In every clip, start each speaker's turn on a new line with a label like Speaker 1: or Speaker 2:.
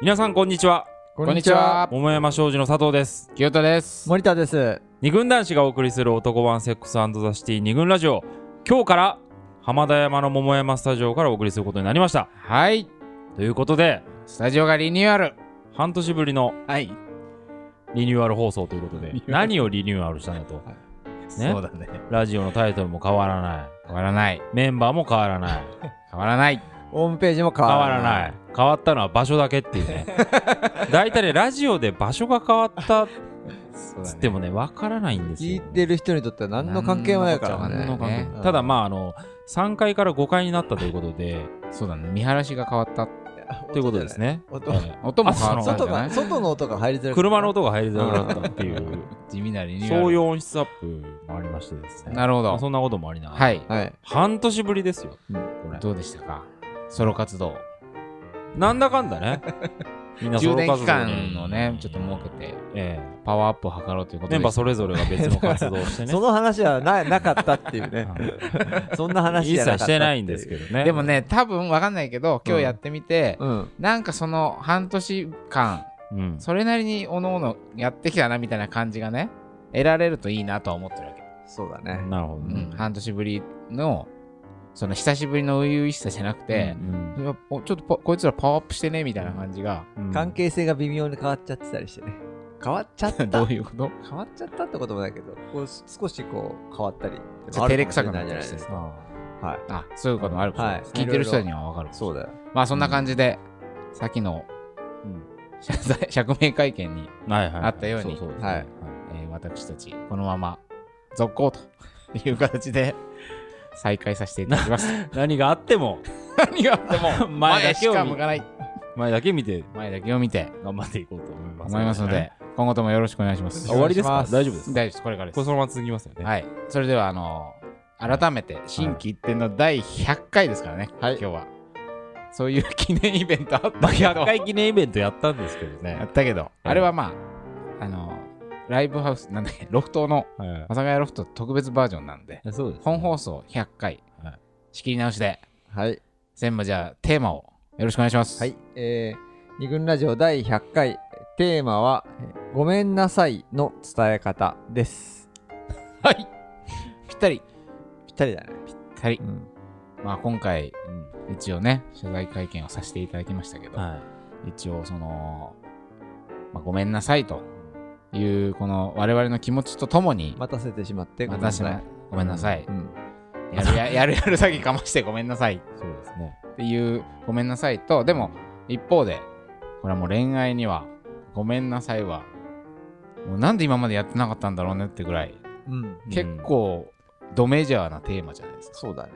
Speaker 1: 皆さんこんにちは
Speaker 2: こんにちは。
Speaker 1: 桃山商事の佐藤です
Speaker 3: 清田です。
Speaker 2: 森田です。
Speaker 1: 二軍男子がお送りする男版セックスザシティ二軍ラジオ今日から浜田山の桃山スタジオからお送りすることになりました
Speaker 3: はい。
Speaker 1: ということで
Speaker 3: スタジオがリニューアル。
Speaker 1: 半年ぶりの
Speaker 3: はい。ね、
Speaker 1: リニューアル放送ということで何をリニューアルしたんだと
Speaker 3: そうだね。
Speaker 1: ラジオのタイトルも変わらない
Speaker 3: 変わらない。
Speaker 1: メンバーも変わらない
Speaker 3: 変わらない。
Speaker 2: ホームページも変
Speaker 1: 変
Speaker 2: わ
Speaker 1: わ
Speaker 2: ら
Speaker 1: ら
Speaker 2: ない。
Speaker 1: ない変わったのは場所だけっていう ね大体ねラジオで場所が変わったっ
Speaker 3: そう
Speaker 1: つってもねわからないんです
Speaker 2: 聞い
Speaker 1: よ
Speaker 2: てる人にとっては何の関係もないから
Speaker 3: 何
Speaker 2: ね
Speaker 3: の。
Speaker 1: ね
Speaker 2: ね
Speaker 1: ただまああの3回から5回になったということで
Speaker 3: そうだね。見晴らしが変わった。
Speaker 1: ということです
Speaker 2: ね。
Speaker 1: ね
Speaker 2: 音
Speaker 1: ええ
Speaker 3: 音も変わったんじ
Speaker 2: 外
Speaker 3: ゃな
Speaker 2: が
Speaker 3: い
Speaker 2: 外の音が入りづらい。
Speaker 1: 車の。音が入りづらくなったっていう
Speaker 3: 地味なリニューア ル。
Speaker 1: そういう音質アップもありましてですね
Speaker 3: なるほ
Speaker 1: まあそ
Speaker 3: ど。
Speaker 1: んなこともありながら
Speaker 3: はい。
Speaker 2: はい。
Speaker 1: 半年ぶりですよこれ
Speaker 3: どうでしたかソロ活動。
Speaker 1: なんだかんだねみんな
Speaker 3: 充
Speaker 1: ソロ
Speaker 3: 電
Speaker 1: 活
Speaker 3: 期
Speaker 1: 動
Speaker 3: 間をね
Speaker 1: に、
Speaker 3: ちょっと設けて、
Speaker 1: え
Speaker 3: パワーアップを図ろうという
Speaker 1: え
Speaker 3: ことで。
Speaker 1: メンバーそれぞれが別の活動をしてね
Speaker 2: その話はななかったっていうね。
Speaker 1: う
Speaker 2: そんなん話
Speaker 1: 一
Speaker 2: じゃなか
Speaker 1: 切し
Speaker 2: ったってう
Speaker 1: てないんですけ。どね
Speaker 3: でもね、多分わかんないけど、今日やってみて、
Speaker 2: うん。
Speaker 3: なんかその半年間、
Speaker 1: うん
Speaker 3: それなりにおのおのやってきたなみたいな感じがね、得られるといいなとは思ってるわけ。
Speaker 2: そうだね。
Speaker 1: なるほど
Speaker 3: うん
Speaker 1: ね
Speaker 3: 半年ぶりのその久しぶりの初々しさじゃなくて、
Speaker 1: うん
Speaker 3: いやおちょっとパこいつらパワーアップしてねみたいな感じが、
Speaker 1: うん
Speaker 2: 関係性が微妙に変わっちゃってたりしてね。変わっちゃっ
Speaker 3: ど
Speaker 2: た。
Speaker 3: ういうこと
Speaker 2: 変わっちゃったってこともないけど、こう少しこう変わったり。
Speaker 3: ちょっと照れくさくなったりして
Speaker 2: あるかもしれないじゃないですか
Speaker 1: あ
Speaker 2: はい。
Speaker 3: あそういうこともあるかもしれない
Speaker 2: はい
Speaker 3: 聞いてる人には分かる
Speaker 2: そうだよ。
Speaker 3: まあそんな感じで、さっきの
Speaker 1: ーうん
Speaker 3: 謝罪釈明会見に、
Speaker 1: はいはいはい
Speaker 3: あったように
Speaker 1: そうそう
Speaker 2: はい
Speaker 3: えー私たちこのまま続行という形で再開させていただきます
Speaker 1: 何があっても
Speaker 3: 何があっても
Speaker 1: 前だけを見
Speaker 3: しか向かない
Speaker 1: 前だけ見て
Speaker 3: 前だけを見て
Speaker 1: 頑張っていこうと思います
Speaker 3: 思いますので今後ともよろしくお願いします
Speaker 1: あ終わりです
Speaker 2: お
Speaker 1: か
Speaker 2: 願いします
Speaker 1: 大丈夫ですか
Speaker 3: 大丈夫ですこれからです
Speaker 1: これそのまま続きますよね
Speaker 3: はい。それでは、あの改めて、新規一点の第100回ですからね、
Speaker 2: はい
Speaker 3: 今日は。そういう記念イベントあったけど
Speaker 1: まあ、100回記念イベントやったんですけど
Speaker 3: や
Speaker 1: ね
Speaker 3: っ。たけど、あれはまあ、あのライブハウス、なんだっけ、ロフトの、阿佐ヶ谷ロフト特別バージョンなんで、
Speaker 1: そうです、
Speaker 3: 本放送100回、
Speaker 1: はい
Speaker 3: 仕切り直しで、
Speaker 2: はい。
Speaker 3: 専務じゃあ、テーマをよろしくお願いします。
Speaker 2: はい、えー、二軍ラジオ第100回テーマは「ごめんなさい」の伝え方です
Speaker 3: はい。ぴったり。
Speaker 2: ぴったりだね、
Speaker 3: はい。
Speaker 2: うん、
Speaker 3: まあ、今回、一応ね、謝罪会見をさせていただきましたけど、
Speaker 1: は
Speaker 3: 一応その、まあ、ごめんなさいというこの我々の気持ちとともに
Speaker 2: 待たせてしまってごめんな
Speaker 3: 私
Speaker 2: さ
Speaker 3: はいごめんなさい、
Speaker 2: うん
Speaker 3: やるややるやる詐欺かましてごめんなさい
Speaker 1: い。そうですね。
Speaker 3: っていうごめんなさいとでも一方でこれはもう恋愛にはごめんなさいはもうなんで今までやってなかったんだろうねってぐらい
Speaker 2: うん、
Speaker 3: 結構ドメジャーなテーマじゃないですか、
Speaker 2: そうだね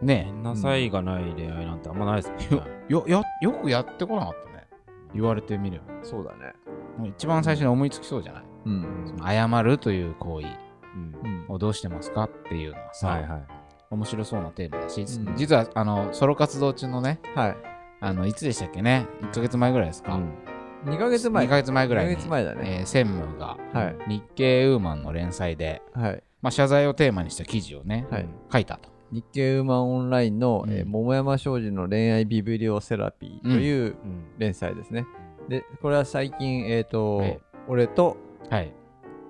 Speaker 1: ごめ
Speaker 3: ね
Speaker 1: んなさいがない恋愛なんてあんまないですもんね。
Speaker 3: えよよよくやってこなかったね言われてみれば
Speaker 2: そうだね
Speaker 3: もう一番最初に思いつきそうじゃない
Speaker 2: うん
Speaker 3: その謝るという行為
Speaker 1: うん
Speaker 2: うん
Speaker 3: をどうしてますかっていうのはさ、
Speaker 1: はいはい。
Speaker 3: 面白そうなテーマだし、
Speaker 2: うん
Speaker 3: 実はあのソロ活動中のね
Speaker 2: はい
Speaker 3: あのいつでしたっけね1ヶ月前ぐらいですか、
Speaker 2: 2ヶ月前
Speaker 3: 2ヶ月前ぐらいに
Speaker 2: 二ヶ月前だね
Speaker 3: えー専務が
Speaker 2: はい
Speaker 3: 日経ウーマンの連載で、
Speaker 2: はい
Speaker 3: まあ、謝罪をテーマにした記事をね、
Speaker 2: はい
Speaker 3: 書いたと、
Speaker 2: 日経ウーマンオンラインの、えー
Speaker 3: うん
Speaker 2: 桃山商事の恋愛ビブリオセラピーという連載ですね、でこれは最近えっ、と、
Speaker 3: え
Speaker 2: 俺と
Speaker 3: はい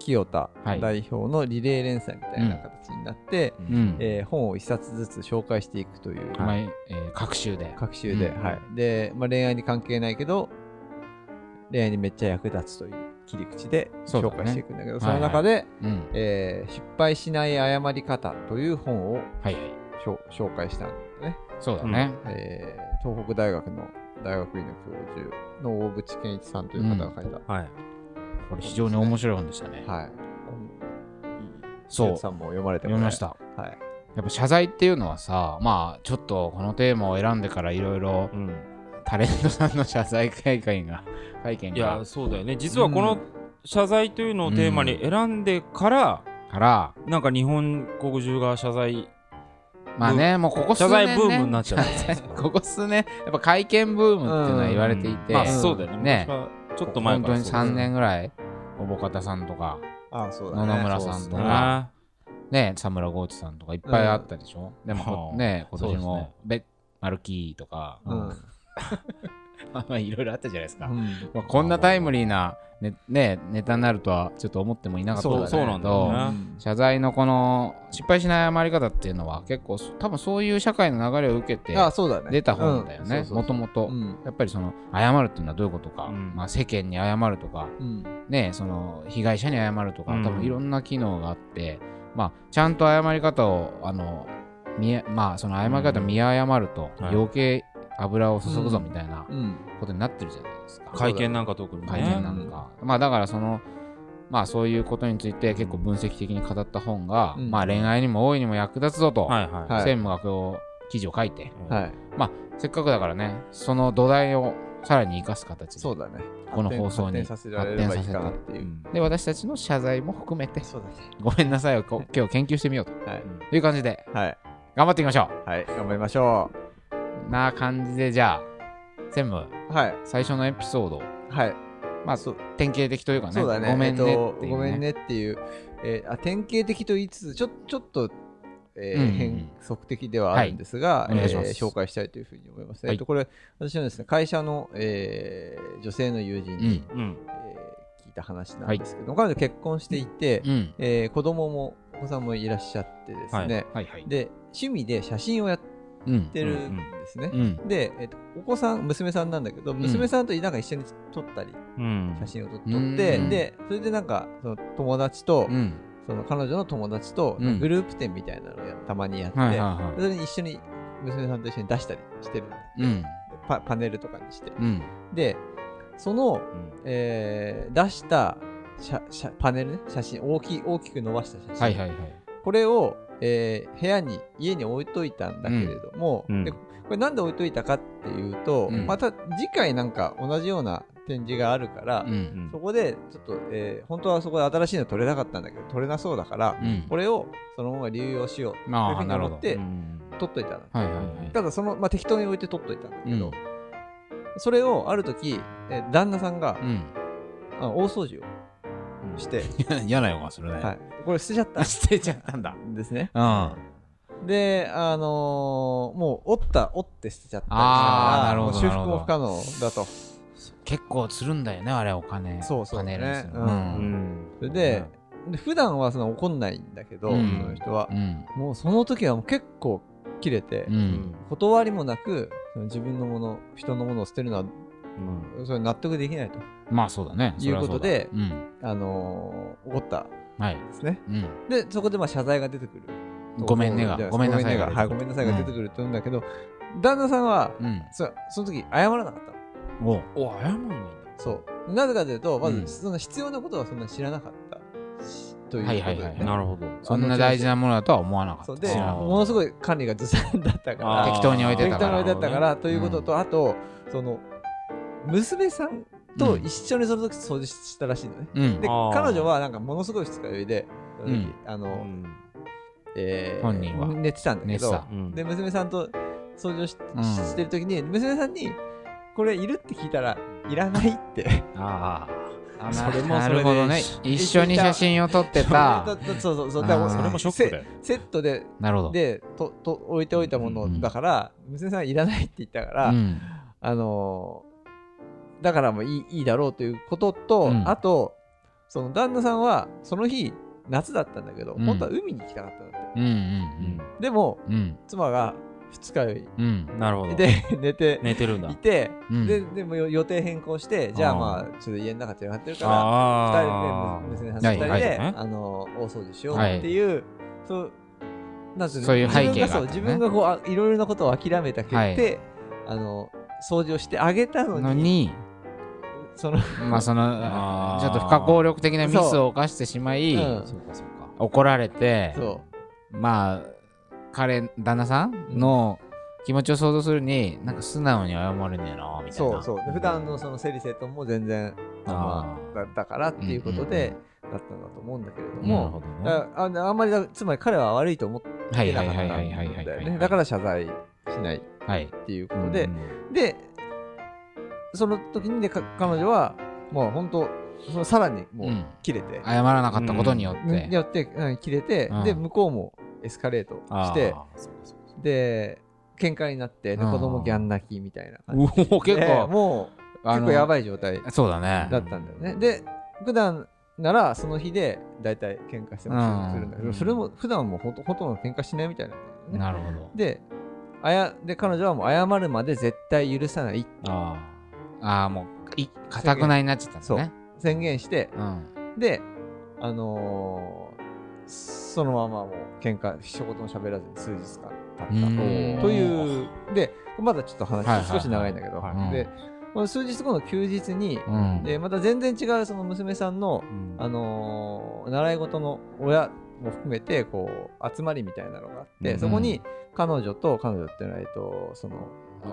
Speaker 2: 清田
Speaker 3: はい
Speaker 2: 代表のリレー連載みたいな形になって、
Speaker 1: う。
Speaker 3: うんん、
Speaker 2: えー本を一冊ずつ紹介していくという、
Speaker 3: まあえー各週で
Speaker 2: 各週で、
Speaker 3: うん
Speaker 2: はいでまあ、恋愛に関係ないけど恋愛にめっちゃ役立つという切り口で
Speaker 3: そうだ
Speaker 2: 紹
Speaker 3: ね
Speaker 2: 介していくんだけどそ
Speaker 3: はいはい
Speaker 2: の中で、
Speaker 3: うん
Speaker 2: えー失敗しない謝り方」という本を
Speaker 3: はいはい
Speaker 2: しょ紹介したんだよね、
Speaker 3: そうだね、
Speaker 2: えー東北大学の大学院の教授の大渕健一さんという方が書いた、
Speaker 1: はい。
Speaker 3: これ非常に面白い本でしたね、
Speaker 2: はい
Speaker 3: そう
Speaker 2: さんも読まれても
Speaker 3: 読
Speaker 2: ら
Speaker 3: み
Speaker 2: え
Speaker 3: ました
Speaker 2: はい、
Speaker 3: やっぱ謝罪っていうのはさまあちょっとこのテーマを選んでからいろいろ
Speaker 1: うん。
Speaker 3: タレントさんの謝罪会見が、会見
Speaker 1: いや、
Speaker 3: が
Speaker 1: そうだよね。実はこの謝罪というのをテーマに選んでから、
Speaker 3: から、
Speaker 1: なんか日本国中が謝罪、
Speaker 3: まあね、もうここ
Speaker 1: 謝
Speaker 3: 数年、ね、
Speaker 1: 罪ブームになっちゃったじゃないですか。
Speaker 3: ここ数年、やっぱ会見ブームっていうのは言われていて、
Speaker 1: まあそうだよね。
Speaker 3: ね
Speaker 1: 昔はちょっと前
Speaker 3: 本
Speaker 1: か
Speaker 3: 当
Speaker 1: ら
Speaker 3: に
Speaker 1: そうだよ
Speaker 3: 3
Speaker 1: ね。
Speaker 3: 年ぐらい、おぼかたさんとか、
Speaker 2: ああそう
Speaker 3: だね野々村さんとか
Speaker 1: あ
Speaker 3: ね、佐村豪一さんとかいっぱいあったでしょ、でもこ
Speaker 1: はあ
Speaker 3: ね、今
Speaker 1: そう
Speaker 3: 年
Speaker 1: ですね
Speaker 3: も、べマルキーとか、
Speaker 2: うん
Speaker 3: まあいろいろあったじゃないですか、
Speaker 2: うん
Speaker 3: まあ、こんなタイムリーなねねネタになるとはちょっと思ってもいなかった
Speaker 1: そう
Speaker 3: ですけ
Speaker 1: そう
Speaker 3: ど
Speaker 1: なんだよね
Speaker 3: 謝罪のこの失敗しない謝り方っていうのは結構そ多分そういう社会の流れを受けて
Speaker 2: うんあそうだね
Speaker 3: 出た本だよねもと
Speaker 2: も
Speaker 3: もとやっぱりその謝るっていうのはどういうことか、
Speaker 1: うん
Speaker 3: まあ、世間に謝るとかねその被害者に謝るとか
Speaker 1: うん
Speaker 3: 多分いろんな機能があって、まあ、ちゃんと謝り方をあの見えまあその謝り方を見誤ると
Speaker 1: うんはい
Speaker 3: 余計油を注ぐぞみたいなことになってるじゃないですか。
Speaker 1: 会見なんか特にね
Speaker 3: 会見なんか、まあだからそのまあそういうことについて結構分析的に語った本が、
Speaker 2: うん
Speaker 3: まあ恋愛にも大いにも役立つぞと、
Speaker 1: はいはい、
Speaker 2: はい
Speaker 3: 専務がこう記事を書いて
Speaker 2: はい
Speaker 3: せっかくだからねその土台をさらに生かす形で
Speaker 2: そうだね
Speaker 3: この放送に
Speaker 2: 発展させられればいいかなって
Speaker 1: う
Speaker 2: いうん
Speaker 3: で私たちの謝罪も含めて
Speaker 2: そうだね
Speaker 3: ごめんなさいをこう今日研究してみようと
Speaker 2: はい
Speaker 3: いう感じで
Speaker 2: はい
Speaker 3: 頑張っていきましょ
Speaker 2: はい頑張りましょ
Speaker 3: うな感じでじゃあ専務
Speaker 2: うはい
Speaker 3: 最初のエピソード
Speaker 2: はい
Speaker 3: まあ
Speaker 2: そう
Speaker 3: 典型的というかね
Speaker 2: そうだね
Speaker 3: ごめんねって
Speaker 2: え
Speaker 3: い
Speaker 2: っ
Speaker 3: う
Speaker 2: と、ごめんねっていう、えーあ典型的と言いつつちょちょっと、えー
Speaker 3: うんうんうん
Speaker 2: 変則的ではあるんですが、
Speaker 3: はいお願いします
Speaker 2: えー紹介したいというふうに思います、
Speaker 3: はい
Speaker 2: えっとこれ私のですね会社の、えー女性の友人に、
Speaker 3: うん
Speaker 1: うん
Speaker 2: えー聞いた話なんですけど、彼女結婚していて、
Speaker 3: うん
Speaker 2: えー子供もお子さんもいらっしゃってですね、
Speaker 3: はいはい
Speaker 2: で趣味で写真をやっ
Speaker 3: うん
Speaker 2: てるんですね、
Speaker 3: うん
Speaker 2: で、えっとお子さん娘さんなんだけど、
Speaker 3: ん
Speaker 2: 娘さんとなんか一緒に撮ったり
Speaker 1: うん
Speaker 2: 写真を撮っ
Speaker 3: うん
Speaker 2: てでそれでなんかその友達と、
Speaker 3: うん
Speaker 2: その彼女の友達と
Speaker 3: うん
Speaker 2: グループ展みたいなのをやたまにやって、
Speaker 3: はいはいはい
Speaker 2: それに一緒に娘さんと一緒に出したりしてるんだ
Speaker 3: うん
Speaker 2: パパネルとかにして
Speaker 3: うん
Speaker 2: でその、
Speaker 1: うん
Speaker 2: えー出した写写パネルね写真大きい大きく伸ばした写真、
Speaker 3: はいはいはい
Speaker 2: これを、えー部屋に家に置いといたんだけれども、
Speaker 1: うん
Speaker 2: でこれなんで置いといたかっていうと、
Speaker 3: うん
Speaker 2: また次回なんか同じような展示があるから、
Speaker 3: うん
Speaker 2: そこでちょっと、えー本当はそこで新しいの取れなかったんだけど取れなそうだから、
Speaker 3: うん
Speaker 2: これをそのまま流用しよう
Speaker 3: あ
Speaker 2: というふう
Speaker 3: あ
Speaker 2: に
Speaker 3: なるほ
Speaker 2: 思
Speaker 3: ど
Speaker 2: って
Speaker 1: うん
Speaker 2: 取っといたの、
Speaker 3: はいはいはい
Speaker 2: ただその、まあ、適当に置いて取っといたんだけ
Speaker 3: う
Speaker 2: ど、
Speaker 3: ん
Speaker 2: それをある時、えー旦那さんが
Speaker 3: う、ん
Speaker 2: あ大掃除をして、
Speaker 3: 嫌な予感するね
Speaker 2: はい、こ れ捨てちゃった
Speaker 3: 捨てちゃったんだ
Speaker 2: んですね
Speaker 3: うんあ
Speaker 2: であのーもう折った折って捨てちゃったりした
Speaker 3: あー
Speaker 2: か
Speaker 3: な
Speaker 2: ら
Speaker 3: る
Speaker 2: も
Speaker 3: ほ
Speaker 2: う
Speaker 3: ど
Speaker 2: 修復も不可能だと
Speaker 3: 結構するんだよねあれお金
Speaker 2: そうそう
Speaker 3: パネルにするの
Speaker 2: ね
Speaker 1: う
Speaker 2: うん
Speaker 1: ん
Speaker 2: それで,、で普段はその怒んないんだけど、
Speaker 3: うん
Speaker 2: その人は
Speaker 3: う、ん
Speaker 2: もうその時はもう結構切れて、
Speaker 1: う
Speaker 3: う
Speaker 1: ん
Speaker 3: ん
Speaker 2: 断りもなくその自分のもの人のものを捨てるのは
Speaker 1: うん
Speaker 2: それ納得できないと、
Speaker 3: まあそうだねそれはそうだ
Speaker 2: いうことで
Speaker 3: うん
Speaker 2: あのー怒ったん
Speaker 3: はい
Speaker 2: ですね
Speaker 3: うん
Speaker 2: でそこでまあ謝罪が出てくる
Speaker 3: ごめんねが
Speaker 2: そう
Speaker 3: ごめんなさいが
Speaker 2: ごめんねはいごめんなさいが出てくると思うんだけど、旦那さんは
Speaker 3: うん
Speaker 2: そその時謝らなかったの
Speaker 3: お
Speaker 1: お謝んないんだ
Speaker 2: そうなぜかというとま
Speaker 3: うん
Speaker 2: ずその必要なことはそんなに知らなかったし、ということで、ね
Speaker 3: はいはいはい
Speaker 1: なるほど
Speaker 3: そんな大事なものだとは思わなか
Speaker 2: そ
Speaker 3: っ
Speaker 2: う
Speaker 3: た
Speaker 2: で
Speaker 3: 知
Speaker 2: も
Speaker 3: らなかっ
Speaker 2: のすごい管理がずさんだったか
Speaker 1: あ
Speaker 2: ら
Speaker 1: ー
Speaker 3: 適当に置いて
Speaker 2: 適
Speaker 3: た
Speaker 2: 当
Speaker 3: か
Speaker 2: に
Speaker 3: ら
Speaker 2: 置いてあったから、ということと、あとその娘さんと
Speaker 3: うん
Speaker 2: 一緒にその時掃除したらしいのね、
Speaker 3: たうん
Speaker 2: で
Speaker 1: あー
Speaker 2: 彼女はなんかものすごい二日酔いで、その時
Speaker 3: うん
Speaker 2: あ
Speaker 1: う
Speaker 2: の、
Speaker 1: ん
Speaker 2: えー
Speaker 3: 本人は
Speaker 2: 寝てたんだけ
Speaker 3: 寝て
Speaker 2: ど
Speaker 3: た
Speaker 1: うん
Speaker 2: で娘さんと掃除をし,し、
Speaker 3: うん
Speaker 2: してる時に娘さんに「これいる?」って聞いたら「いらない」って
Speaker 1: あ
Speaker 3: あ
Speaker 1: それも
Speaker 3: な
Speaker 1: それで
Speaker 3: るほどね
Speaker 1: 一
Speaker 3: 一緒に写真を撮ってた
Speaker 2: そうそうそう
Speaker 3: あ
Speaker 2: だ
Speaker 3: ー
Speaker 2: からもう
Speaker 1: あそれもショックだよ
Speaker 2: セットで
Speaker 3: なるほど
Speaker 2: でとと置いておいたものだから、娘さんいらないって言ったから、
Speaker 3: うん
Speaker 2: あのーだからもういいいいだろうということと、
Speaker 3: うん
Speaker 2: あとその旦那さんはその日夏だったんだけど、
Speaker 3: うん
Speaker 2: 本当は海に行きたかったんだって
Speaker 3: うん
Speaker 2: でも
Speaker 3: うんうん
Speaker 2: 妻が二日酔
Speaker 3: うんうん
Speaker 1: なるほど
Speaker 2: いで寝て
Speaker 1: 寝てるんだ
Speaker 2: いて、
Speaker 3: うん
Speaker 2: ででもよ予定変更してじゃあまあちょっと家の中散らかってるから
Speaker 1: あ
Speaker 2: 二人で娘さんと二人
Speaker 3: は
Speaker 2: で、
Speaker 1: いはい
Speaker 2: あのー大掃除しようっていう、そうなんてうの
Speaker 3: そういう背景があっ
Speaker 2: 自分がそ
Speaker 3: たね
Speaker 2: う自分がこうあいろいろなことを諦めた結果、
Speaker 3: はい
Speaker 2: あの掃除をしてあげたのに
Speaker 3: のに
Speaker 2: その
Speaker 3: まあそ
Speaker 1: あ
Speaker 3: の
Speaker 1: ー
Speaker 3: ちょっと不可抗力的なミスを犯してしまい、
Speaker 2: そううん
Speaker 1: そうかそうか
Speaker 3: 怒られて
Speaker 2: そ
Speaker 3: まあ彼旦那さんの気持ちを想像するになんか素直に謝るんやなみ
Speaker 2: う
Speaker 3: たい
Speaker 2: そ
Speaker 3: な
Speaker 2: うそうで普段のその整理整頓も全然
Speaker 3: あー
Speaker 2: まあだだからっていうことで、だったんだと思うんだけれど
Speaker 3: なる
Speaker 2: も、
Speaker 3: ほどね
Speaker 2: だあのあんまりだつまり彼は悪いと思って
Speaker 3: はい
Speaker 2: な
Speaker 3: は
Speaker 2: か
Speaker 3: い
Speaker 2: っ
Speaker 3: は
Speaker 2: たん
Speaker 3: い
Speaker 2: だ
Speaker 3: はいはいはい
Speaker 2: よねだから謝罪しないっ
Speaker 3: はい
Speaker 2: ていうことで、でその時にねか彼女はもう本当そのさらにもう
Speaker 3: うん
Speaker 2: 切れて、
Speaker 3: 謝らなかったことによって、
Speaker 2: によって、うん切れて、
Speaker 3: うん
Speaker 2: で向こうもエスカレートして
Speaker 3: あーそうかそうか
Speaker 2: で喧嘩になって、で
Speaker 3: うん
Speaker 2: 子供ギャン泣きみたいな感
Speaker 3: お
Speaker 2: じ
Speaker 3: お結
Speaker 2: で
Speaker 3: 構、
Speaker 2: もう
Speaker 3: あ
Speaker 2: 結
Speaker 3: の
Speaker 2: 構やばい状態
Speaker 3: そうだね
Speaker 2: だったんだよね。で普段ならその日で大体喧嘩してもするんだけ
Speaker 3: う
Speaker 2: ど
Speaker 3: ん
Speaker 2: それも普段もほとほとんど喧嘩しないみたいなんだよね。
Speaker 3: なるほど
Speaker 2: であやで彼女はもう謝るまで絶対許さない
Speaker 3: あーあーもういかたくなになっちゃったんだね
Speaker 2: 宣言して
Speaker 3: うん
Speaker 2: であのーそのままもう喧嘩一言も喋らずに数日間
Speaker 3: う
Speaker 2: 経っ
Speaker 3: ー
Speaker 2: た
Speaker 3: ん
Speaker 2: というでまだちょっと
Speaker 3: はいはい
Speaker 2: 話
Speaker 3: は
Speaker 2: 少
Speaker 3: い
Speaker 2: し長いんだけど、
Speaker 3: はい
Speaker 2: でこの数日後の休日に、
Speaker 3: うん
Speaker 2: でまた全然違うその娘さんの、
Speaker 3: うん
Speaker 2: あのー習い事の親も含めてこう集まりみたいなのがあって、
Speaker 3: うん
Speaker 2: そこに彼女と彼女っていうのは、えっと、その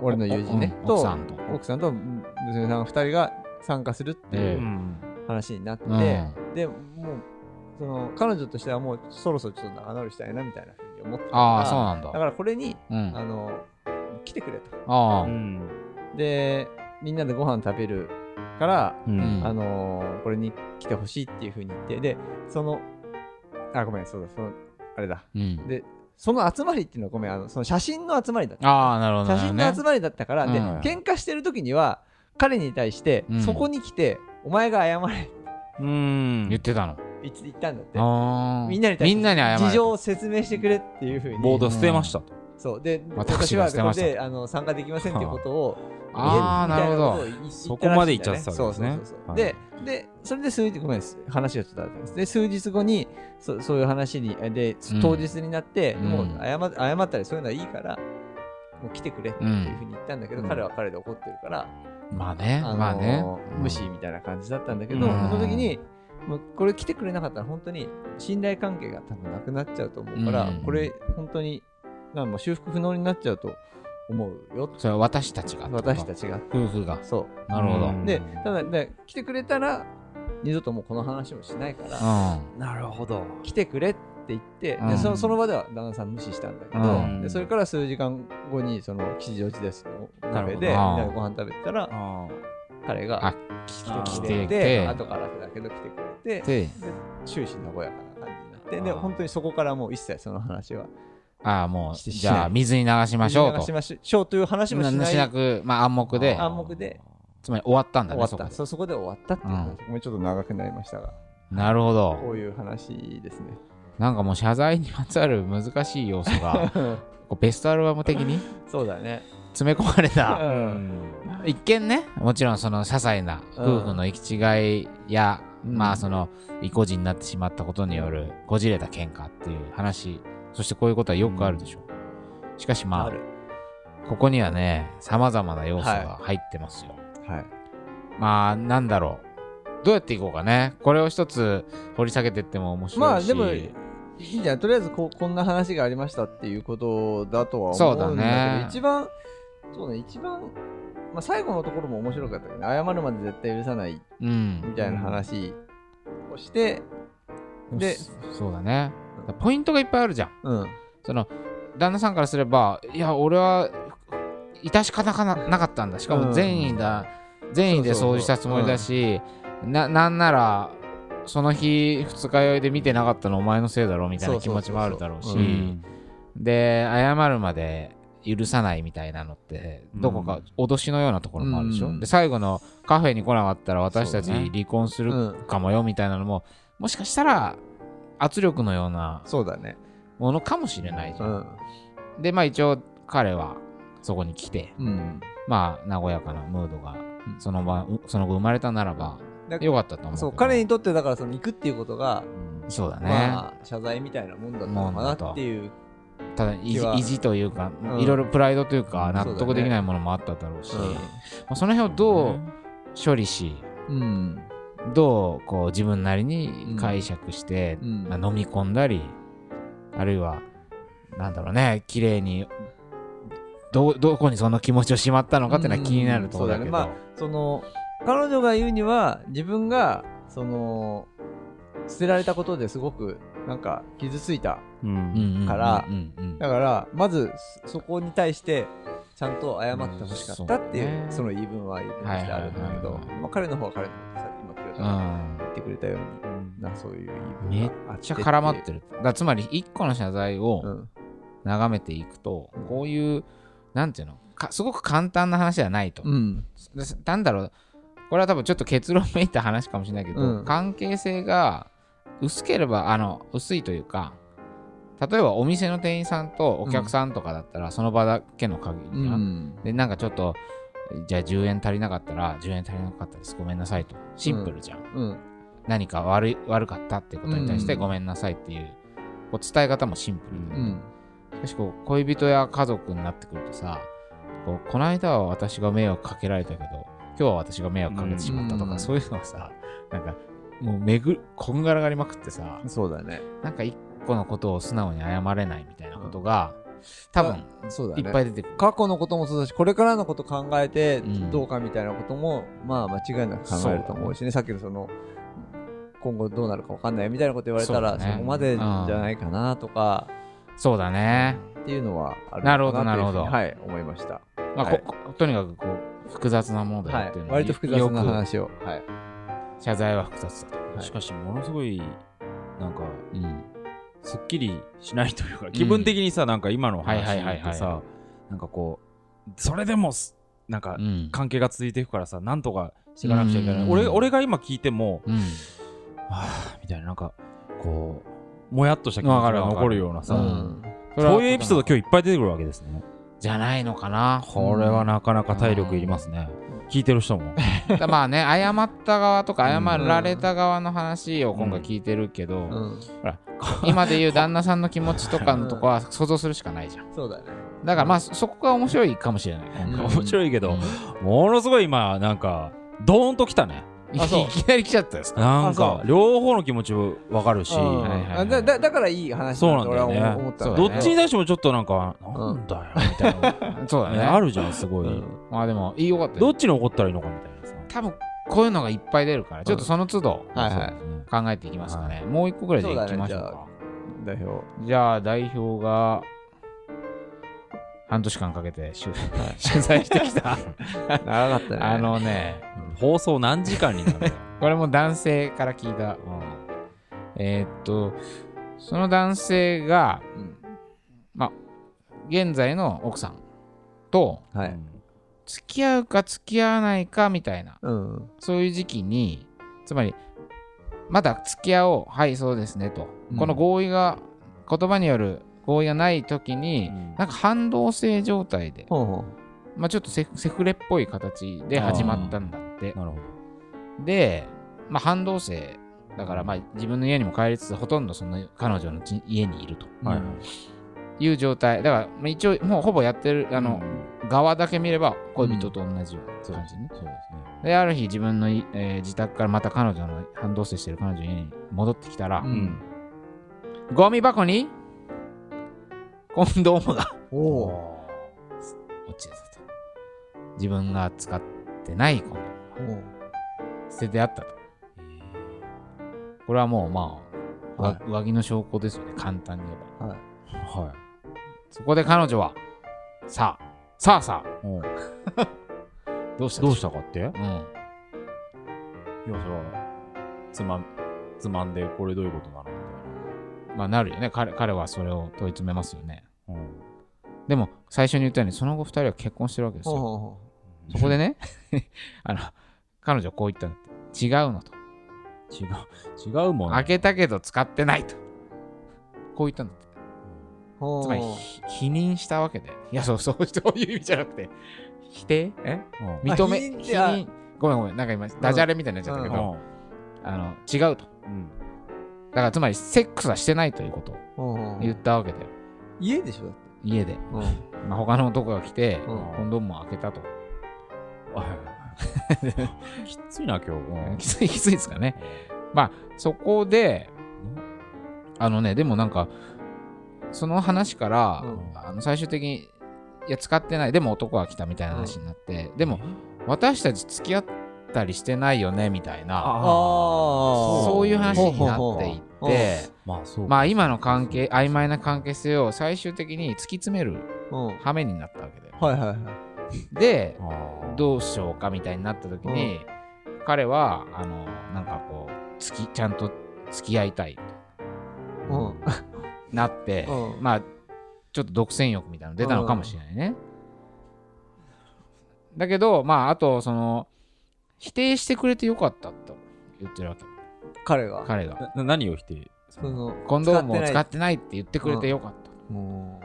Speaker 2: 俺の友人ね
Speaker 3: うん
Speaker 2: と
Speaker 3: 奥さんと
Speaker 2: 奥さんと娘さんが2人が参加するってい
Speaker 3: え
Speaker 2: う
Speaker 1: うん
Speaker 2: 話になって、
Speaker 3: うん
Speaker 2: でもうその彼女としてはもうそろそろちょっと仲直りしたいなみたいなふうに思ってたから
Speaker 3: ああそうなん
Speaker 2: だ
Speaker 3: だ
Speaker 2: からこれに、
Speaker 3: うん
Speaker 2: あ
Speaker 3: あ
Speaker 2: の来てくれと
Speaker 1: う
Speaker 3: あ
Speaker 1: ん
Speaker 2: でみんなでご飯食べるから、
Speaker 1: うん
Speaker 2: あのこれに来てほしいっていうふうに言ってでそのあごめんそうだそのあれだ
Speaker 3: うん
Speaker 2: でその集まりっていうのはごめんあのその写真の集まりだった
Speaker 3: ああなるほど
Speaker 2: 写真の集
Speaker 3: ま
Speaker 2: まりだったから、で
Speaker 3: うん
Speaker 2: 喧嘩してる時には彼に対して、
Speaker 3: うん
Speaker 2: そこに来てお前が謝れって
Speaker 1: うん
Speaker 3: 言ってたの
Speaker 2: 言って言ったんだって
Speaker 3: あー
Speaker 2: みんなに対
Speaker 3: み
Speaker 2: して
Speaker 3: んなに謝る
Speaker 2: 事情を説明してくれっていうふうに
Speaker 1: ボード捨てましたと。
Speaker 2: そうで私
Speaker 3: 私
Speaker 2: は
Speaker 3: が
Speaker 2: こ
Speaker 3: して
Speaker 2: こ
Speaker 3: ました
Speaker 2: であの参加できませんっていうことを
Speaker 3: ああなるほど
Speaker 2: 言えみたいなことを言
Speaker 1: そこまで言っちゃってた
Speaker 2: 言
Speaker 1: んで
Speaker 2: らし
Speaker 1: す
Speaker 2: いんだ
Speaker 1: ね
Speaker 2: よねそうそうそうそう
Speaker 1: はい
Speaker 2: ででそれで数日ごめんです話がちょっとあったんですで数日後にそそういう話にえで
Speaker 3: うん
Speaker 2: 当日になって、
Speaker 3: うん
Speaker 2: もう謝謝ったりそういうのはいいからもう来てくれっていうふうに言ったんだけど、
Speaker 1: うん
Speaker 2: 彼は彼で怒ってるから、
Speaker 3: まあね
Speaker 2: あのー
Speaker 3: まあね
Speaker 2: 無視みたいな感じだったんだけど、
Speaker 1: うん
Speaker 2: その時にもうこれ来てくれなかったら本当に信頼関係が多分なくなっちゃうと思うから、
Speaker 3: うん
Speaker 2: これ本当になんかもう修復不能になっちゃうと思うよ
Speaker 3: それは私たちが
Speaker 2: 私た
Speaker 3: ち
Speaker 2: ちが
Speaker 3: 夫婦が
Speaker 2: そ
Speaker 3: なるほど
Speaker 1: う
Speaker 3: うんん
Speaker 2: うでただで来てくれたら二度ともうこの話もしないから
Speaker 1: なるほど。
Speaker 2: 来てくれって言って、
Speaker 3: う
Speaker 2: で
Speaker 3: ん
Speaker 2: そその場では旦那さん無視したんだけど、
Speaker 3: うん
Speaker 2: でそれから数時間後にその吉祥寺ですのカフェでみん
Speaker 3: なるほど
Speaker 2: なでご飯食べてたら
Speaker 1: あ
Speaker 2: 彼が
Speaker 3: あ
Speaker 2: 来
Speaker 3: 来
Speaker 2: て
Speaker 3: て
Speaker 2: くれて
Speaker 3: きて
Speaker 2: 後からだけど来てくれて
Speaker 3: で
Speaker 2: 終始和やかな感じになってで
Speaker 3: あー
Speaker 2: 本当にそこからもう一切その話は
Speaker 3: ああもう
Speaker 2: して
Speaker 3: じゃあ水に流しましょう
Speaker 2: 流
Speaker 3: と
Speaker 2: しましょうという話もしない
Speaker 3: しなくまあ暗黙で
Speaker 2: あ暗黙で
Speaker 3: つまり終わったんだ
Speaker 2: 終
Speaker 3: ね
Speaker 2: わっ
Speaker 3: そこ
Speaker 2: たそそこで終わったっていう話、もうちょっと長くなりましたが
Speaker 3: なるほど
Speaker 2: こういう話ですね
Speaker 3: なんかもう謝罪にまつわる難しい要素 がこうベストアルバム的に
Speaker 2: そうだね
Speaker 3: 詰め込まれた
Speaker 1: う
Speaker 2: うん
Speaker 1: ん。
Speaker 3: 一見ねもちろんその些細な夫婦の行き違いや、
Speaker 2: うん
Speaker 3: まあその意固地になってしまったことによるこじれた喧嘩っていう話そしてこういうことはよくあるでしょう、しかしま
Speaker 2: あ
Speaker 3: あ
Speaker 2: る
Speaker 3: ここにはねさまざまな要素が入ってますよ、
Speaker 2: はい
Speaker 3: まあなんだろうどうやっていこうかねこれを一つ掘り下げてっても面
Speaker 2: ま
Speaker 3: 白
Speaker 2: あ
Speaker 3: いし
Speaker 2: でもいいんじゃないとりあえずこうこんな話がありましたっていうことだとは思うんだけど
Speaker 3: そうだね
Speaker 2: 一番そうね一番、まあ、最後のところも面白かったけど、ね、謝るまで絶対許さない
Speaker 3: うん
Speaker 2: みたいな話をして、で
Speaker 3: そそうだねポイントがいっぱいあるじゃん
Speaker 2: うん、
Speaker 3: その旦那さんからすればいや俺は致し方がななかったんだしか
Speaker 2: うん
Speaker 3: も善意だ、善意で
Speaker 2: そうそうそう
Speaker 3: 掃除したつもりだし、ななんならその日二日酔いで見てなかったのお前のせいだろみたいな気持ちもあるだろう
Speaker 2: そう
Speaker 3: し
Speaker 2: そうそうそう
Speaker 3: で謝るまで許さないみたいなのってどこか脅しのようなところもあるでしょ、
Speaker 2: うん
Speaker 3: で最後のカフェに来なかったら私たち
Speaker 1: そうだね
Speaker 3: 離婚す
Speaker 2: う
Speaker 3: る
Speaker 2: ん、
Speaker 3: かもよみたいなのももしかしたら圧力のような
Speaker 2: そうだね
Speaker 3: ものかもしれないじ
Speaker 2: う
Speaker 3: ゃん
Speaker 2: ん
Speaker 3: でまあ一応彼はそこに来て
Speaker 2: うん
Speaker 3: まあ和やかなムードが
Speaker 2: うん
Speaker 3: その場うその後生まれたならば
Speaker 2: だ
Speaker 3: よかったと思うけど
Speaker 2: そう彼にとってだからその行くっていうことが、
Speaker 3: そうだね、
Speaker 2: まあ謝罪みたいなもんだったの
Speaker 3: もんだ
Speaker 2: かな
Speaker 3: と
Speaker 2: っていう
Speaker 3: ただ意
Speaker 2: 気
Speaker 3: 地
Speaker 2: は
Speaker 3: 意地というか、
Speaker 2: うん
Speaker 3: いろいろプライドというか
Speaker 2: うん
Speaker 3: 納
Speaker 2: そう
Speaker 3: 得
Speaker 2: だね
Speaker 3: できないものもあっただろうし
Speaker 2: う
Speaker 3: ま
Speaker 2: ん
Speaker 3: あ、その辺をどう処理し
Speaker 2: うん
Speaker 3: どうこう自分なりに解釈して、
Speaker 2: うん
Speaker 3: まあ、飲み込んだりあるいはなんだろうね綺麗にどうどこにその気持ちをしまったのかっていうのは気になるところだけど、
Speaker 2: うんそうだねその彼女が言うには自分がその捨てられたことですごくなんか傷ついた
Speaker 1: うん。
Speaker 2: から
Speaker 3: うんうんうん
Speaker 2: だからまずそそこに対してちゃんと謝ってほしかったっていう,、
Speaker 3: うん
Speaker 2: そ
Speaker 3: そう
Speaker 2: の
Speaker 3: ね
Speaker 2: 言い分は言い分としてあるんだけど、
Speaker 3: はいはいはいはい
Speaker 2: まあ、彼の方は彼のことさっき今黒田
Speaker 3: う
Speaker 2: が
Speaker 3: ん
Speaker 2: 言ってくれたように、なそういう言い
Speaker 3: めっ
Speaker 2: 分があっ
Speaker 3: ち
Speaker 2: て
Speaker 3: ゃ絡まってるだからつまり一個の謝罪
Speaker 2: う
Speaker 3: を
Speaker 2: ん
Speaker 3: 眺めていくと、
Speaker 2: うん
Speaker 3: こういうなんていうのかすごく簡単な話じゃないと、
Speaker 2: うん
Speaker 3: でなんだろうこれは多分ちょっと結論めいた話かもしれないけど、
Speaker 2: うん
Speaker 3: 関係性が薄ければあの薄いというか例えばお店の店員さんとお客さんとかだったら、その場だけの限
Speaker 2: う
Speaker 3: りじゃん
Speaker 2: ん
Speaker 3: でなんかちょっとじゃあ10円足りなかったら10円足りなかったですごめんなさいとシンプルじゃん、
Speaker 2: うん
Speaker 3: 何か悪い悪かったっていうことに対して
Speaker 2: うん
Speaker 3: ごめんなさいっていう,、こう伝え方もシンプルで、
Speaker 2: うん
Speaker 3: しかしこう恋人や家族になってくるとさこうこの間は私が迷惑かけられたけど今日は私が迷惑かけてしまったとか、
Speaker 2: うん
Speaker 3: そういうのはさなんかもうめぐこんがらがりまくってさ
Speaker 2: そうだね
Speaker 3: なんか一個のことを素直に謝れないみたいなことが多分
Speaker 2: そうだ
Speaker 3: い
Speaker 2: ね
Speaker 3: っぱい出てくる。
Speaker 2: 過去のこともそうだしこれからのこと考えて
Speaker 3: うん
Speaker 2: どうかみたいなことも、まあ間違いなく考えると思うしねさっきのその今後どうなるかわかんないみたいなこと言われたら
Speaker 3: そう
Speaker 2: そ,、
Speaker 3: だね
Speaker 2: こまでじゃないかなとか
Speaker 3: そうだね、
Speaker 2: っていうのはある
Speaker 3: な
Speaker 2: の
Speaker 3: るほど
Speaker 2: かなというふうに
Speaker 3: なるほど
Speaker 2: はい思いました、
Speaker 3: まあ
Speaker 2: はい
Speaker 3: こことにかくこう複雑なものだ
Speaker 2: は
Speaker 3: よっていう
Speaker 2: い、
Speaker 3: の
Speaker 2: 割と複雑な
Speaker 3: よ
Speaker 2: 話をはい
Speaker 3: く謝罪は複雑だと、
Speaker 2: はい
Speaker 1: しかしものすごいなんか
Speaker 3: うん
Speaker 1: すっきりしないというか気分的にさ、なんか今の話ってさ、
Speaker 3: はいはいはいは
Speaker 1: なんかこうそれでもすなんか
Speaker 3: うん
Speaker 1: 関係が続いていくからさなんとかしていかなくちゃいけない、
Speaker 3: うん
Speaker 1: 俺俺が今聞いても
Speaker 3: うん
Speaker 1: はぁみたいななんかこうもやっとした気持
Speaker 3: わ
Speaker 1: ち
Speaker 3: かる
Speaker 1: が
Speaker 3: わかる
Speaker 1: 残るような
Speaker 2: う
Speaker 1: さ、
Speaker 2: ん
Speaker 1: そういうエピソード
Speaker 3: 日
Speaker 1: 今日いっぱい出てくるわけですね
Speaker 3: じゃないのかな
Speaker 1: これはなかなか体力いりますね、聞いてる人 も
Speaker 3: だまあね謝った側とか謝
Speaker 1: うん
Speaker 3: られた側の話を今回聞いてるけど、
Speaker 2: うん、
Speaker 3: 今でいう旦那さんの気持ちとかのとこは想像するしかないじゃん
Speaker 2: そうだね
Speaker 3: だからまあそそこが面白いかもしれない今回
Speaker 1: 面白いけど、ものすごい今なんかドーンときたね
Speaker 3: い
Speaker 2: あそう
Speaker 3: いきなり来ちゃったですか
Speaker 1: なん
Speaker 2: あ
Speaker 1: か
Speaker 2: そう
Speaker 1: 両方の気持ちもわかるし、
Speaker 2: うん
Speaker 3: はいはいはい
Speaker 2: あだだだからいい話
Speaker 1: そう
Speaker 2: だ
Speaker 1: な
Speaker 2: なん
Speaker 1: だ
Speaker 2: んだ
Speaker 1: よね
Speaker 2: 俺は思ったんだ
Speaker 1: ど
Speaker 2: よ
Speaker 1: っちに対してもちょっとなんか、なんだよみたいな、
Speaker 3: そう だね
Speaker 1: ねあるじゃんすごい、
Speaker 2: うん
Speaker 3: まあでもいいよかった
Speaker 1: ど
Speaker 3: よ
Speaker 1: っちに怒ったらいいのかみたいなさ
Speaker 3: 多分こういうのがいっぱい出るからちょっとその都度
Speaker 2: はいはい
Speaker 3: 考えていきますかね、もう一個ぐらいでいきましょう
Speaker 2: そうだ代
Speaker 3: か
Speaker 2: 表
Speaker 3: じゃあ代表が半年間かけて取取材してきた
Speaker 2: 長かったね
Speaker 3: あのね
Speaker 1: 放送何時間になるん だよ
Speaker 3: これも男性から聞いた、えーっとその男性が
Speaker 2: うん
Speaker 3: 現在の奥さんと
Speaker 2: は
Speaker 1: う
Speaker 2: い
Speaker 1: ん
Speaker 3: 付き合うか付き合わないかみたいな
Speaker 2: うん
Speaker 3: そういう時期につまりまだ付き合おうはいそうですねと、
Speaker 2: うん
Speaker 3: この合意が言葉による合意がない時に、
Speaker 1: うん
Speaker 3: なんか反動性状態で、
Speaker 2: ほうほ
Speaker 3: まあ、ちょっとセセフレっぽい形で始まったんだって
Speaker 1: なるほど
Speaker 3: で、まあ、半同棲だからまあ自分の家にも帰りつつほとんどその彼女の家家にいると
Speaker 2: う
Speaker 1: はい
Speaker 3: いう状態だからまあ一応もうほぼやってるあの、側だけ見れば恋人と同じような
Speaker 1: そう
Speaker 3: 感じね、
Speaker 1: そうです
Speaker 3: である日自分のい、えー自宅からまた彼女の半同棲してる彼女の家に戻ってきたら、
Speaker 2: う
Speaker 1: ね
Speaker 2: ん
Speaker 3: ゴミ箱にコンドームが
Speaker 2: うおう
Speaker 3: 落ちてたと自分が使ってないコンドーム
Speaker 2: おう
Speaker 3: 捨ててあったと。これはもうまあ、
Speaker 2: はい
Speaker 3: 上上着の証拠ですよね、簡単に言えば。
Speaker 2: はい
Speaker 1: は
Speaker 3: そこで彼女は、さあ、さあさあ、
Speaker 1: い、うん
Speaker 3: どうした
Speaker 1: どう
Speaker 3: し
Speaker 1: したかっていや
Speaker 3: たうん。
Speaker 1: それはつまんつまんでこれどういうことなのみ
Speaker 3: まあなるよね彼、彼はそれを問い詰めますよね。
Speaker 1: たいな、
Speaker 3: でも、最初に言ったように、その後二人は結婚してるわけです
Speaker 2: ほう
Speaker 3: よ。
Speaker 2: ほうほ
Speaker 1: うん
Speaker 3: そこでね、 あの、彼女はこう言ったんだって違うのと。
Speaker 1: 違う違うもん
Speaker 3: 開けたけど使ってないと。こう言ったんだって。
Speaker 2: うほう
Speaker 3: つまり、ひ否認したわけで。いや、そう、そう、そういう意味じゃなくて、否定え
Speaker 1: うん
Speaker 3: 認め、
Speaker 2: あ
Speaker 3: 否
Speaker 2: 否定あ
Speaker 3: 認。ごめんごめん、なんか今、ダジャレみたいになっちゃったけど、あの、違うと。
Speaker 1: うん
Speaker 3: だからつまり、セックスはしてないということを
Speaker 2: ほうほうほう
Speaker 3: 言ったわけだよ。
Speaker 2: 家でしょ
Speaker 3: 家で。
Speaker 2: だって
Speaker 3: まあ、他の男が来て、
Speaker 2: うん
Speaker 3: コンドームを開けたと。
Speaker 1: きついな今日
Speaker 3: きつい、き ついですかね。まあ、そこで、あのね、でもなんか、その話から、
Speaker 2: うん
Speaker 3: あの最終的に、いや、使ってない。でも男が来たみたいな話になって、でも、私たち付き合ったりしてないよね、みたいな、
Speaker 2: あー
Speaker 3: そういう話にな
Speaker 2: ほうほうほ
Speaker 3: って
Speaker 2: う
Speaker 3: い
Speaker 2: ほ
Speaker 3: て、
Speaker 2: う
Speaker 1: まあそう
Speaker 3: まあ今の関係曖昧な関係性を最終的に突き詰める
Speaker 2: うんうん
Speaker 3: 羽目になったわけだよ。
Speaker 2: はいはいはい
Speaker 3: で
Speaker 1: う
Speaker 3: どうしようかみたいになった時に、彼はあのなんかこうつきちゃんと付き合いたい
Speaker 2: うん
Speaker 3: なって、
Speaker 2: うん
Speaker 3: まあちょっと独占欲みたいなの出たのかもしれないね。だけど、まあ、あと、その、否定してくれてよかったと言ってるわけ。
Speaker 2: 彼が。
Speaker 3: 彼が。
Speaker 1: な何を否定す
Speaker 2: そ
Speaker 1: るの
Speaker 2: の、
Speaker 3: コンドームを使
Speaker 2: っ
Speaker 3: ってないって言ってくれてよかった。
Speaker 2: ても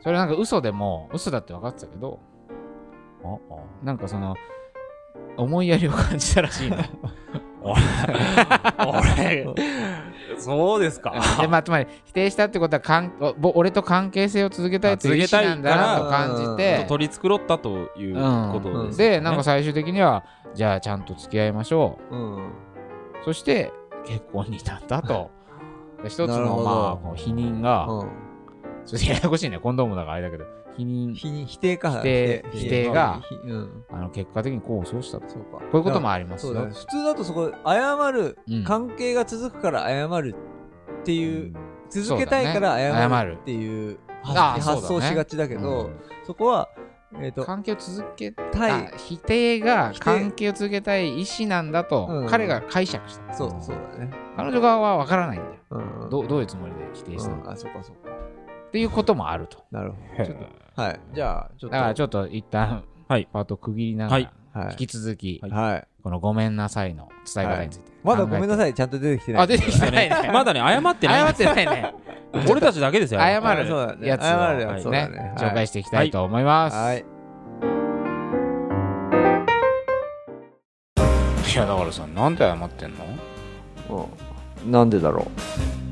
Speaker 3: それなんか嘘でも、嘘だって分かってたけど、なんかその、思いやりを感じたらしいの。
Speaker 1: ああ俺そうですか
Speaker 3: で、まあ、つまり、否定したってことはかん、おぼ俺と関係性を続けたいという意思なんだなと感じ
Speaker 2: あ
Speaker 3: て、
Speaker 1: 取り繕ったということですよね
Speaker 3: で、なんか最終的には、じゃあ、ちゃんと付き合いましょ
Speaker 2: う、うん。
Speaker 3: う。そして、結婚に至ったと。で一つ
Speaker 2: なるほ
Speaker 3: の、
Speaker 2: ど
Speaker 3: まあ、こう否認が、
Speaker 2: う
Speaker 3: ちょっとややこしいね、コンドームだからあれだけど、否
Speaker 2: ん。
Speaker 3: 認、
Speaker 2: 否認否定か。
Speaker 3: 否定否定が
Speaker 2: ひうん。
Speaker 3: あの結果的にこうそうしたと。こ
Speaker 2: そうか。こ
Speaker 3: ういうこともあります
Speaker 2: そ
Speaker 3: よ。
Speaker 2: うだね。普通だとそこ、謝る、
Speaker 3: うん
Speaker 2: 関係が続くから謝るっていう、続けたいから
Speaker 3: そうだ
Speaker 2: 謝
Speaker 3: ね謝る
Speaker 2: るっていう
Speaker 3: ああ
Speaker 2: 発発
Speaker 3: そ
Speaker 2: 想
Speaker 3: うだね
Speaker 2: しがちだけ
Speaker 3: う
Speaker 2: ど
Speaker 3: ん、
Speaker 2: そこは、えっと、
Speaker 3: 関係を続けた
Speaker 2: 対
Speaker 3: い、否定が
Speaker 2: 否定
Speaker 3: 関係を続けたい意思なんだと
Speaker 2: うん
Speaker 3: 彼が解釈した。
Speaker 2: そう、そうだね。
Speaker 3: 彼女側は分からないんだよ。
Speaker 2: うん。
Speaker 3: どうどういうつもりで否定したの
Speaker 2: うん
Speaker 3: か
Speaker 2: あ、そうか、そうか。
Speaker 3: っていうこともあると。
Speaker 2: なるほ
Speaker 1: へ
Speaker 2: ど。ちょっとはい。じゃあ、ちょ
Speaker 3: だ
Speaker 2: っ
Speaker 3: か
Speaker 2: と。
Speaker 3: らちょっと一旦
Speaker 1: はい
Speaker 3: パートを区切りなが
Speaker 1: は
Speaker 3: ら
Speaker 1: い
Speaker 2: は
Speaker 3: 引き続き
Speaker 1: はい
Speaker 2: はい。
Speaker 3: このごめんなさいの伝え方について。
Speaker 2: まだごめんなさ
Speaker 3: い。
Speaker 2: い、ちゃんと出てきてない。
Speaker 3: あ、出てきてないね。
Speaker 1: まだね謝って
Speaker 3: 謝
Speaker 1: ない
Speaker 3: ってないね。
Speaker 1: 俺たちだけですよ
Speaker 3: 謝
Speaker 2: あ
Speaker 3: る
Speaker 2: そうだね
Speaker 3: やつを
Speaker 2: 謝るやつ
Speaker 3: ね
Speaker 2: そうだねはい
Speaker 3: 紹介していきたいと思います。
Speaker 2: はい。
Speaker 3: いやだからさなんで謝ってんの
Speaker 2: なんでだろう。